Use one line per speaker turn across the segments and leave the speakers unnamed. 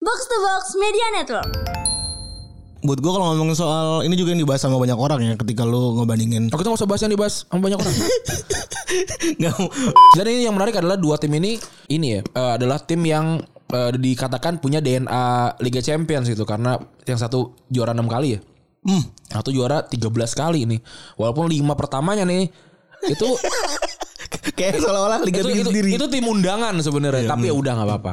Box to Box Media Network.
Buat gue kalau ngomongin soal ini juga yang dibahas sama banyak orang ya ketika lu ngebandingin.
Aku tuh nggak usah bahas yang dibahas sama banyak orang.
Enggak.
Dan ini yang menarik adalah dua tim ini ini ya eh, adalah tim yang eh, dikatakan punya DNA Liga Champions gitu karena yang satu juara 6 kali ya.
Hmm.
Atau juara 13 kali ini. Walaupun lima pertamanya nih itu
Kayak seolah-olah liga
itu,
itu,
itu,
sendiri.
itu tim undangan sebenarnya, tapi ya udah nggak apa-apa.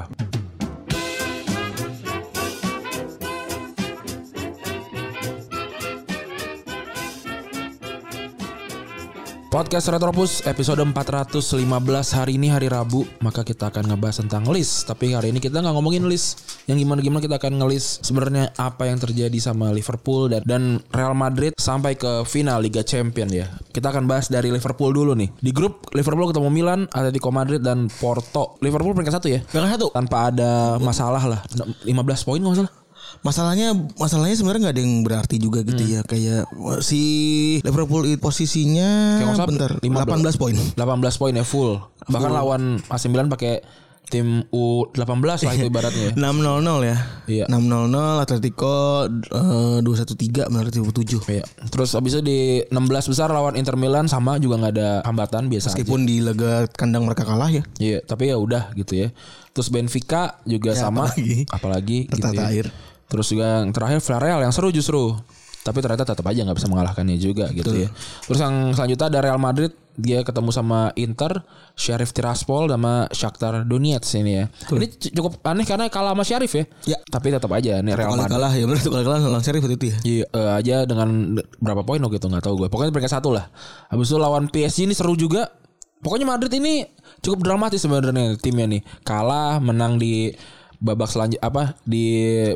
Podcast Retropus episode 415 hari ini hari Rabu maka kita akan ngebahas tentang list tapi hari ini kita nggak ngomongin list yang gimana gimana kita akan ngelis sebenarnya apa yang terjadi sama Liverpool dan dan Real Madrid sampai ke final Liga Champion ya kita akan bahas dari Liverpool dulu nih di grup Liverpool ketemu Milan Atletico Madrid dan Porto Liverpool peringkat satu ya
Peringkat satu.
tanpa ada masalah lah 15 poin kalau nggak salah
Masalahnya masalahnya sebenarnya nggak ada yang berarti juga gitu
Hmm.
ya kayak wah, si Liverpool itu posisinya
Kayak nggak usah,
bentar 18
15.
poin.
18 poin ya full. Bahkan lawan AC Milan pakai tim U18 lah itu ibaratnya.
6-0-0 ya.
Iya.
6-0-0 Atletico eh, 2-1-3 menurut 2007.
Iya. Terus abis itu di 16 besar lawan Inter Milan sama juga nggak ada hambatan biasa. aja.
Meskipun di laga kandang mereka kalah ya.
Iya, tapi ya udah gitu ya. Terus Benfica juga sama
Ya, apalagi.
apalagi
Tertata
ya.
air.
Terus juga yang terakhir Villarreal yang seru justru. Tapi ternyata tetap aja nggak bisa mengalahkannya juga gitu ya. Terus yang selanjutnya ada Real Madrid dia ketemu sama Inter, Sheriff Tiraspol sama Shakhtar Donetsk ini ya. Ini cu- cukup aneh karena kalah sama Sheriff ya.
Ya.
Tapi tetap aja nih Real
Kali
Madrid.
kalah ya benar tuh kali kalah lawan Sheriff waktu itu ya.
Iya eh, aja dengan berapa poin waktu itu nggak tahu gue. Pokoknya peringkat satu lah. Habis itu lawan PSG ini seru juga. Pokoknya Madrid ini cukup dramatis sebenarnya timnya nih. Kalah, menang di babak selanjut apa di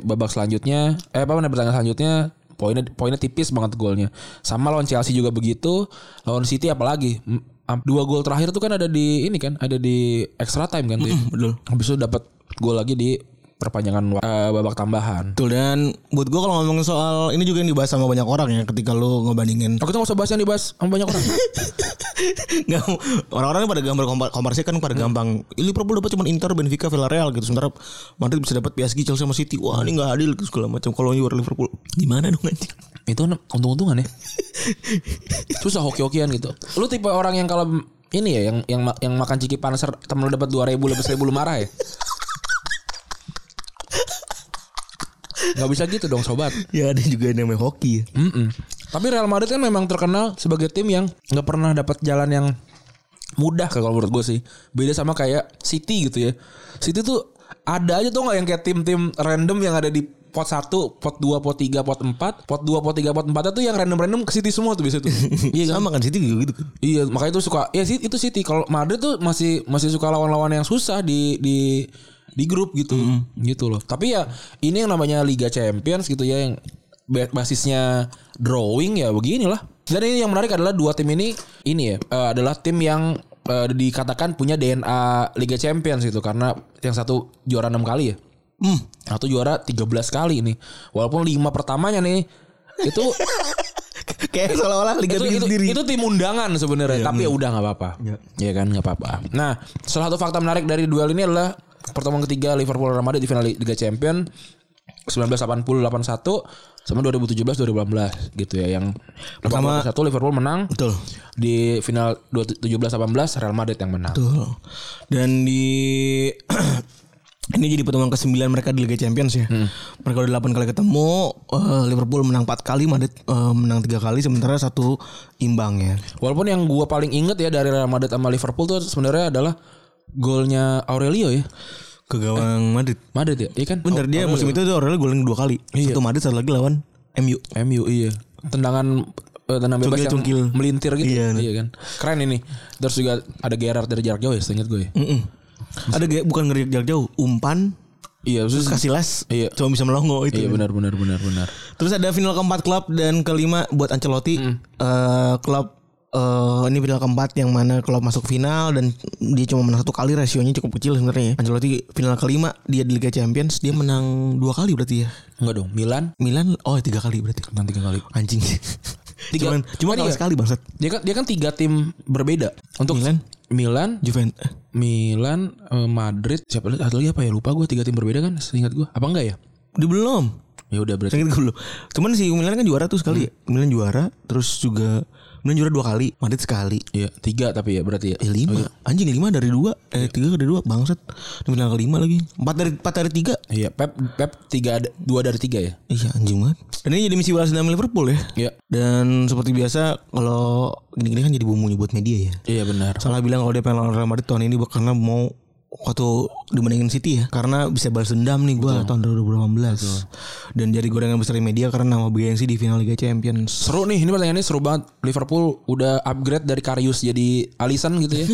babak selanjutnya eh apa namanya pertandingan selanjutnya poinnya poinnya tipis banget golnya. Sama lawan Chelsea juga begitu. Lawan City apalagi M- am- dua gol terakhir tuh kan ada di ini kan ada di extra time kan tuh. ya.
Betul.
Habis itu dapat gol lagi di perpanjangan wa- eh, babak tambahan.
Betul dan buat gue kalau ngomongin soal ini juga yang dibahas sama banyak orang ya ketika lu ngebandingin
Aku tuh nggak usah bahas yang dibahas sama banyak orang.
nggak orang-orang pada gambar kompar komparasi kan pada gampang "Ih, Liverpool dapat cuma Inter, Benfica, Villarreal gitu sementara Madrid bisa dapat PSG, Chelsea sama City. Wah, ini nggak adil gitu, segala macam kalau you are Liverpool. Gimana dong anjing?
itu untung-untungan ya susah hoki-hokian gitu lu tipe orang yang kalau ini ya yang yang ma- yang makan ciki panas ser- temen lu dapat dua ribu lebih seribu lu marah ya nggak bisa gitu dong sobat
Ya ada juga yang namanya hoki. Ya.
Mm-mm. tapi Real Madrid kan memang terkenal sebagai tim yang nggak pernah dapat jalan yang mudah kalau menurut gue sih beda sama kayak City gitu ya City tuh ada aja tuh nggak yang kayak tim-tim random yang ada di pot 1, pot 2, pot 3, pot 4 Pot 2, pot 3, pot 4 tuh yang random-random ke City semua tuh biasanya tuh Iya kan?
Sama kan City juga gitu kan.
Iya makanya itu suka ya sih itu City kalau Madrid tuh masih masih suka lawan-lawan yang susah di di di grup gitu gitu loh tapi ya ini yang namanya Liga Champions gitu ya yang ba- basisnya drawing ya beginilah dan ini yang menarik adalah dua tim ini ini ya eh, adalah tim yang eh, dikatakan punya DNA Liga Champions gitu karena yang satu juara enam kali ya
Hmm.
atau juara 13 kali ini walaupun lima pertamanya nih itu
Kayak seolah-olah liga
itu,
bikin
itu,
sendiri.
itu tim undangan sebenarnya, tapi ya udah nggak apa-apa.
Iya.
Iya kan, nggak apa-apa. Nah, salah satu fakta menarik dari duel ini adalah pertemuan ketiga Liverpool Real Madrid di final Liga Champions 1980 81 sama 2017 2018 gitu ya yang
Pertama-
81 Liverpool menang
Betul.
di final 17 18 Real Madrid yang menang.
Betul. Dan di ini jadi pertemuan ke-9 mereka di Liga Champions ya. Mereka udah 8 kali ketemu, eh, Liverpool menang 4 kali, Madrid eh, menang 3 kali sementara satu imbang ya.
Walaupun yang gua paling inget ya dari Real Madrid sama Liverpool tuh sebenarnya adalah golnya Aurelio ya.
Ke gawang Madrid.
Madrid ya, iya kan?
Bener dia musim itu tuh Aurelio golin dua kali. Satu Madrid satu lagi lawan MU.
MU
ya.
iya. Tendangan eh, tendangan bebas yang
Cungkil-cungkil.
melintir gitu.
Iya,
kan. Keren ini. Terus juga ada Gerard dari jarak jauh ya, seingat gue. ya.
Mm-mm. Ada kayak bukan ngeriak jarak jauh, umpan
Iya, terus
terus kasih les.
Iya.
Cuma bisa melongo
Iya
itu.
benar benar benar benar.
Terus ada final keempat klub dan kelima buat Ancelotti.
Hmm.
Eh, klub eh, ini final keempat yang mana klub masuk final dan dia cuma menang satu kali rasionya cukup kecil sebenarnya. ya. Ancelotti final kelima dia di Liga Champions dia menang dua kali berarti ya.
Enggak dong, Milan
Milan oh tiga kali berarti.
menang tiga kali.
Anjing.
Tiga-
cuman cuman
tadi
kalah
ya?
sekali bangsat.
Dia kan dia kan tiga tim berbeda. Untuk
Milan?
Milan
Juventus
Milan, eh, Madrid, siapa lagi? Satu lagi apa ya? Lupa gue tiga tim berbeda kan? Seingat gue. Apa enggak ya?
Di belum.
Ya udah berarti.
Sakit gue belum. Cuman si Milan kan juara tuh sekali. ya.
Hmm.
Milan juara, terus juga Milan juara dua kali, Madrid sekali.
Iya, tiga tapi ya berarti ya.
Eh lima, anjing lima dari dua, eh tiga dari dua, bangsat. Milan kelima lagi, empat dari empat dari tiga.
Iya, Pep Pep tiga ada- dua dari tiga ya.
Iya anjing banget. Dan ini jadi misi balas dendam Liverpool ya.
Iya.
Dan seperti biasa kalau gini-gini kan jadi bumbunya buat media ya.
Iya benar.
Salah bilang kalau dia pengen lawan Real Madrid tahun ini karena mau waktu dibandingin City ya karena bisa balas dendam nih gue tahun 2018 dan jadi gorengan besar di media karena nama BNC di final Liga Champions
Seru nih, ini pertanyaannya seru banget. Liverpool udah upgrade dari Karius jadi Alisson gitu ya.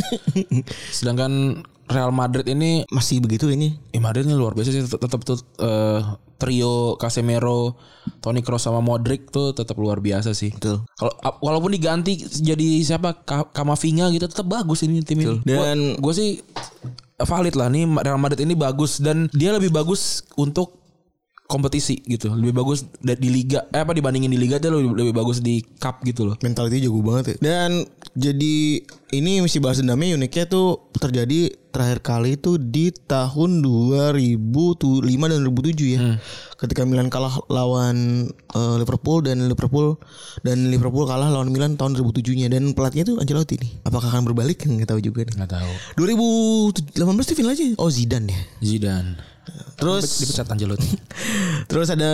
Sedangkan Real Madrid ini
masih begitu ini
Eh, Madrid ini luar biasa sih tetap, tetap tuh eh, trio Casemiro, Toni Kroos sama Modric tuh tetap luar biasa sih.
Betul.
Kalau ap- walaupun diganti jadi siapa Ka- Kamavinga gitu tetap bagus ini tim ini.
Dan-
gue sih eh, valid lah nih Real Madrid ini bagus dan dia lebih bagus untuk kompetisi gitu. Lebih bagus da- di liga eh apa dibandingin di liga dia lebih, lebih bagus di cup gitu loh.
mentality jago banget ya. Dan jadi ini misi bahas dendamnya uniknya tuh terjadi terakhir kali itu di tahun 2005 dan 2007 ya. Ketika Milan kalah lawan eh, Liverpool dan Liverpool dan Liverpool kalah lawan Milan tahun 2007-nya dan pelatihnya tuh Ancelotti nih. Apakah akan berbalik nggak tahu juga nih.
Nggak tahu.
2018 tuh final aja. Oh Zidane ya.
Zidane.
Terus
Dipecat Ancelotti.
Terus ada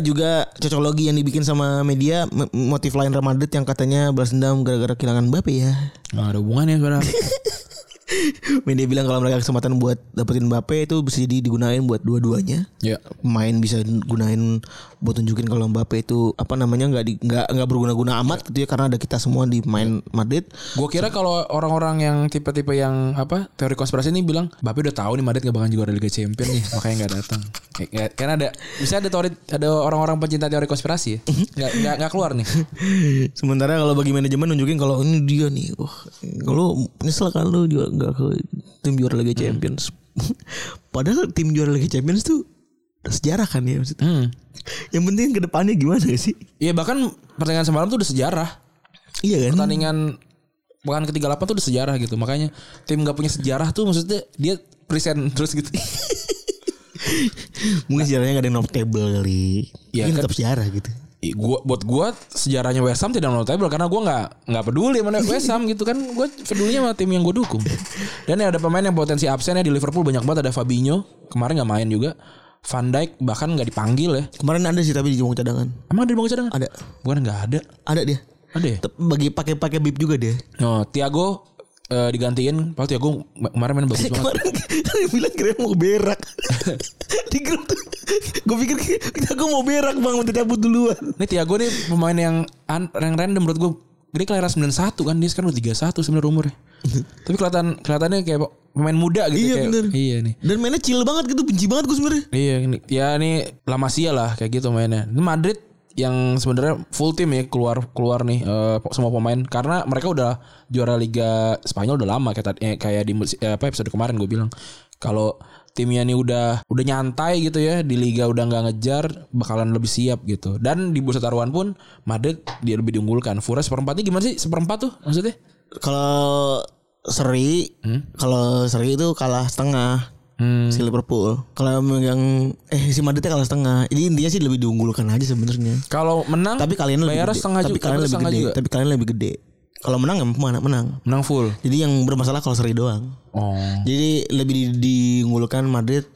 juga cocokologi yang dibikin sama media m- motif lain Real Madrid yang katanya balas dendam gara-gara kehilangan Mbappe ya.
Nggak ada hubungannya sebenarnya.
Media bilang kalau mereka kesempatan buat dapetin Mbappe itu bisa jadi digunain buat dua-duanya.
ya.
Pemain bisa gunain buat tunjukin kalau Mbappe itu apa namanya nggak di- nggak nggak berguna-guna amat gitu ya karena ada kita semua di main Madrid.
Gue kira kalau orang-orang yang tipe-tipe yang apa teori konspirasi ini bilang Bape udah tahu nih Madrid gak bakal juara Liga Champions nih makanya nggak datang. Eh, nggak- Karena ada bisa ada teori ada orang-orang pencinta teori konspirasi ya nggak nggak- nggak keluar nih.
Sementara kalau bagi manajemen nunjukin kalau ini dia nih, wah, kalau nyesel kan lu juga nggak ke tim juara Liga Champions. Padahal tim juara Liga Champions tuh sejarah kan ya maksudnya.
Hmm.
Yang penting ke depannya gimana sih?
Iya bahkan pertandingan semalam tuh udah sejarah.
Iya kan?
Pertandingan pekan ke-38 tuh udah sejarah gitu. Makanya tim nggak punya sejarah tuh maksudnya dia present terus gitu.
Mungkin sejarahnya gak ada yang notable kali.
Iya
Iya
kan?
tetap sejarah gitu.
Ih, gua buat gua sejarahnya West Ham tidak notable karena gua nggak nggak peduli mana West Ham gitu kan gua pedulinya sama tim yang gua dukung dan ada pemain yang potensi absennya di Liverpool banyak banget ada Fabinho kemarin nggak main juga Van Dijk bahkan nggak dipanggil ya
Kemarin ada sih tapi di jumlah cadangan.
emang ada di bangku cadangan
Ada.
bukan nggak ada
Ada dia.
ada ya
Tep- Bagi pakai-pakai bib juga dia.
no Thiago eh, digantiin Padahal Thiago ma- kemarin main bagus banget
Kemarin kan dia bilang kira mau berak. di grup tuh. Gue pikir aku mau berak bang minta cabut duluan.
ini Thiago nih pemain yang an- yang random menurut gua dia kelahiran 91 kan dia sekarang udah 31 sebenarnya umurnya tapi kelihatan kelihatannya kayak pemain muda gitu
Iya,
kayak-
bener.
iya nih
Dan mainnya chill banget gitu. Benci banget gue sebenernya.
Iya, ini- ya ini La Masia lah kayak gitu mainnya. Ini Madrid yang sebenarnya full tim ya keluar keluar nih eh, semua pemain karena mereka udah juara Liga Spanyol udah lama kayak tadi- eh, kayak di musi- eh, apa episode kemarin gue bilang kalau timnya ini udah udah nyantai gitu ya di liga udah nggak ngejar bakalan lebih siap gitu dan di bursa taruhan pun Madrid dia lebih diunggulkan Fura seperempatnya gimana sih seperempat tuh maksudnya
Kalau seri,
Hmm?
kalau seri itu kalah setengah. Si Liverpool. Kalau yang eh si Madridnya kalah setengah. Jadi intinya sih lebih diunggulkan aja sebenarnya.
kalau menang
Tapi kalian lebih
bayarnya
gede.
setengah
tapi
juga
kalian lebih
setengah
gede.
juga.
Tapi kalian lebih gede. Kalau menang ya mana menang.
menang full
Jadi yang bermasalah kalau seri doang.
oh
Jadi lebih di- diunggulkan Madrid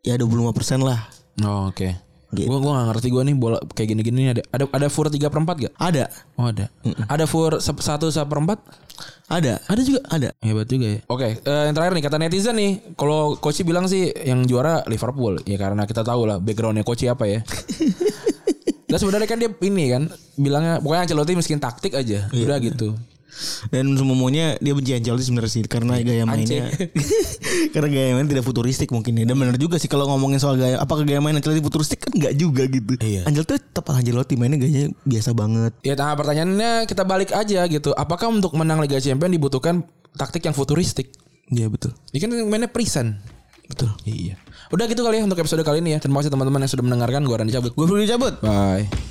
ya 25% lah.
Oh, oke.
Gitu.
Gue gua gak ngerti gue nih bola kayak gini-gini nih ada ada ada fur 3 per 4 gak?
Ada.
Oh ada. Ada fur 1 per 4?
Ada.
Ada juga.
Ada.
Hebat juga ya. Oke, eh, yang terakhir nih kata netizen nih, kalau Koci bilang sih yang juara Liverpool ya karena kita tahu lah backgroundnya Koci apa ya. Dan sebenarnya kan dia ini kan bilangnya pokoknya Ancelotti miskin taktik aja. Udah gitu.
Dan semuanya dia benci Ancelotti sebenarnya sih karena gaya mainnya. karena gaya mainnya tidak futuristik mungkin ya. Dan benar juga sih kalau ngomongin soal gaya apakah gaya main Ancelotti futuristik kan enggak juga gitu.
Iya.
Ancelotti tetap Ancelotti mainnya gayanya biasa banget.
Ya nah pertanyaannya kita balik aja gitu. Apakah untuk menang Liga Champions dibutuhkan taktik yang futuristik?
Iya betul.
Ini kan mainnya present.
Betul.
Iya. Udah gitu kali ya untuk episode kali ini ya. Terima kasih teman-teman yang sudah mendengarkan. Gue Randy cabut.
Gue perlu dicabut.
Bye.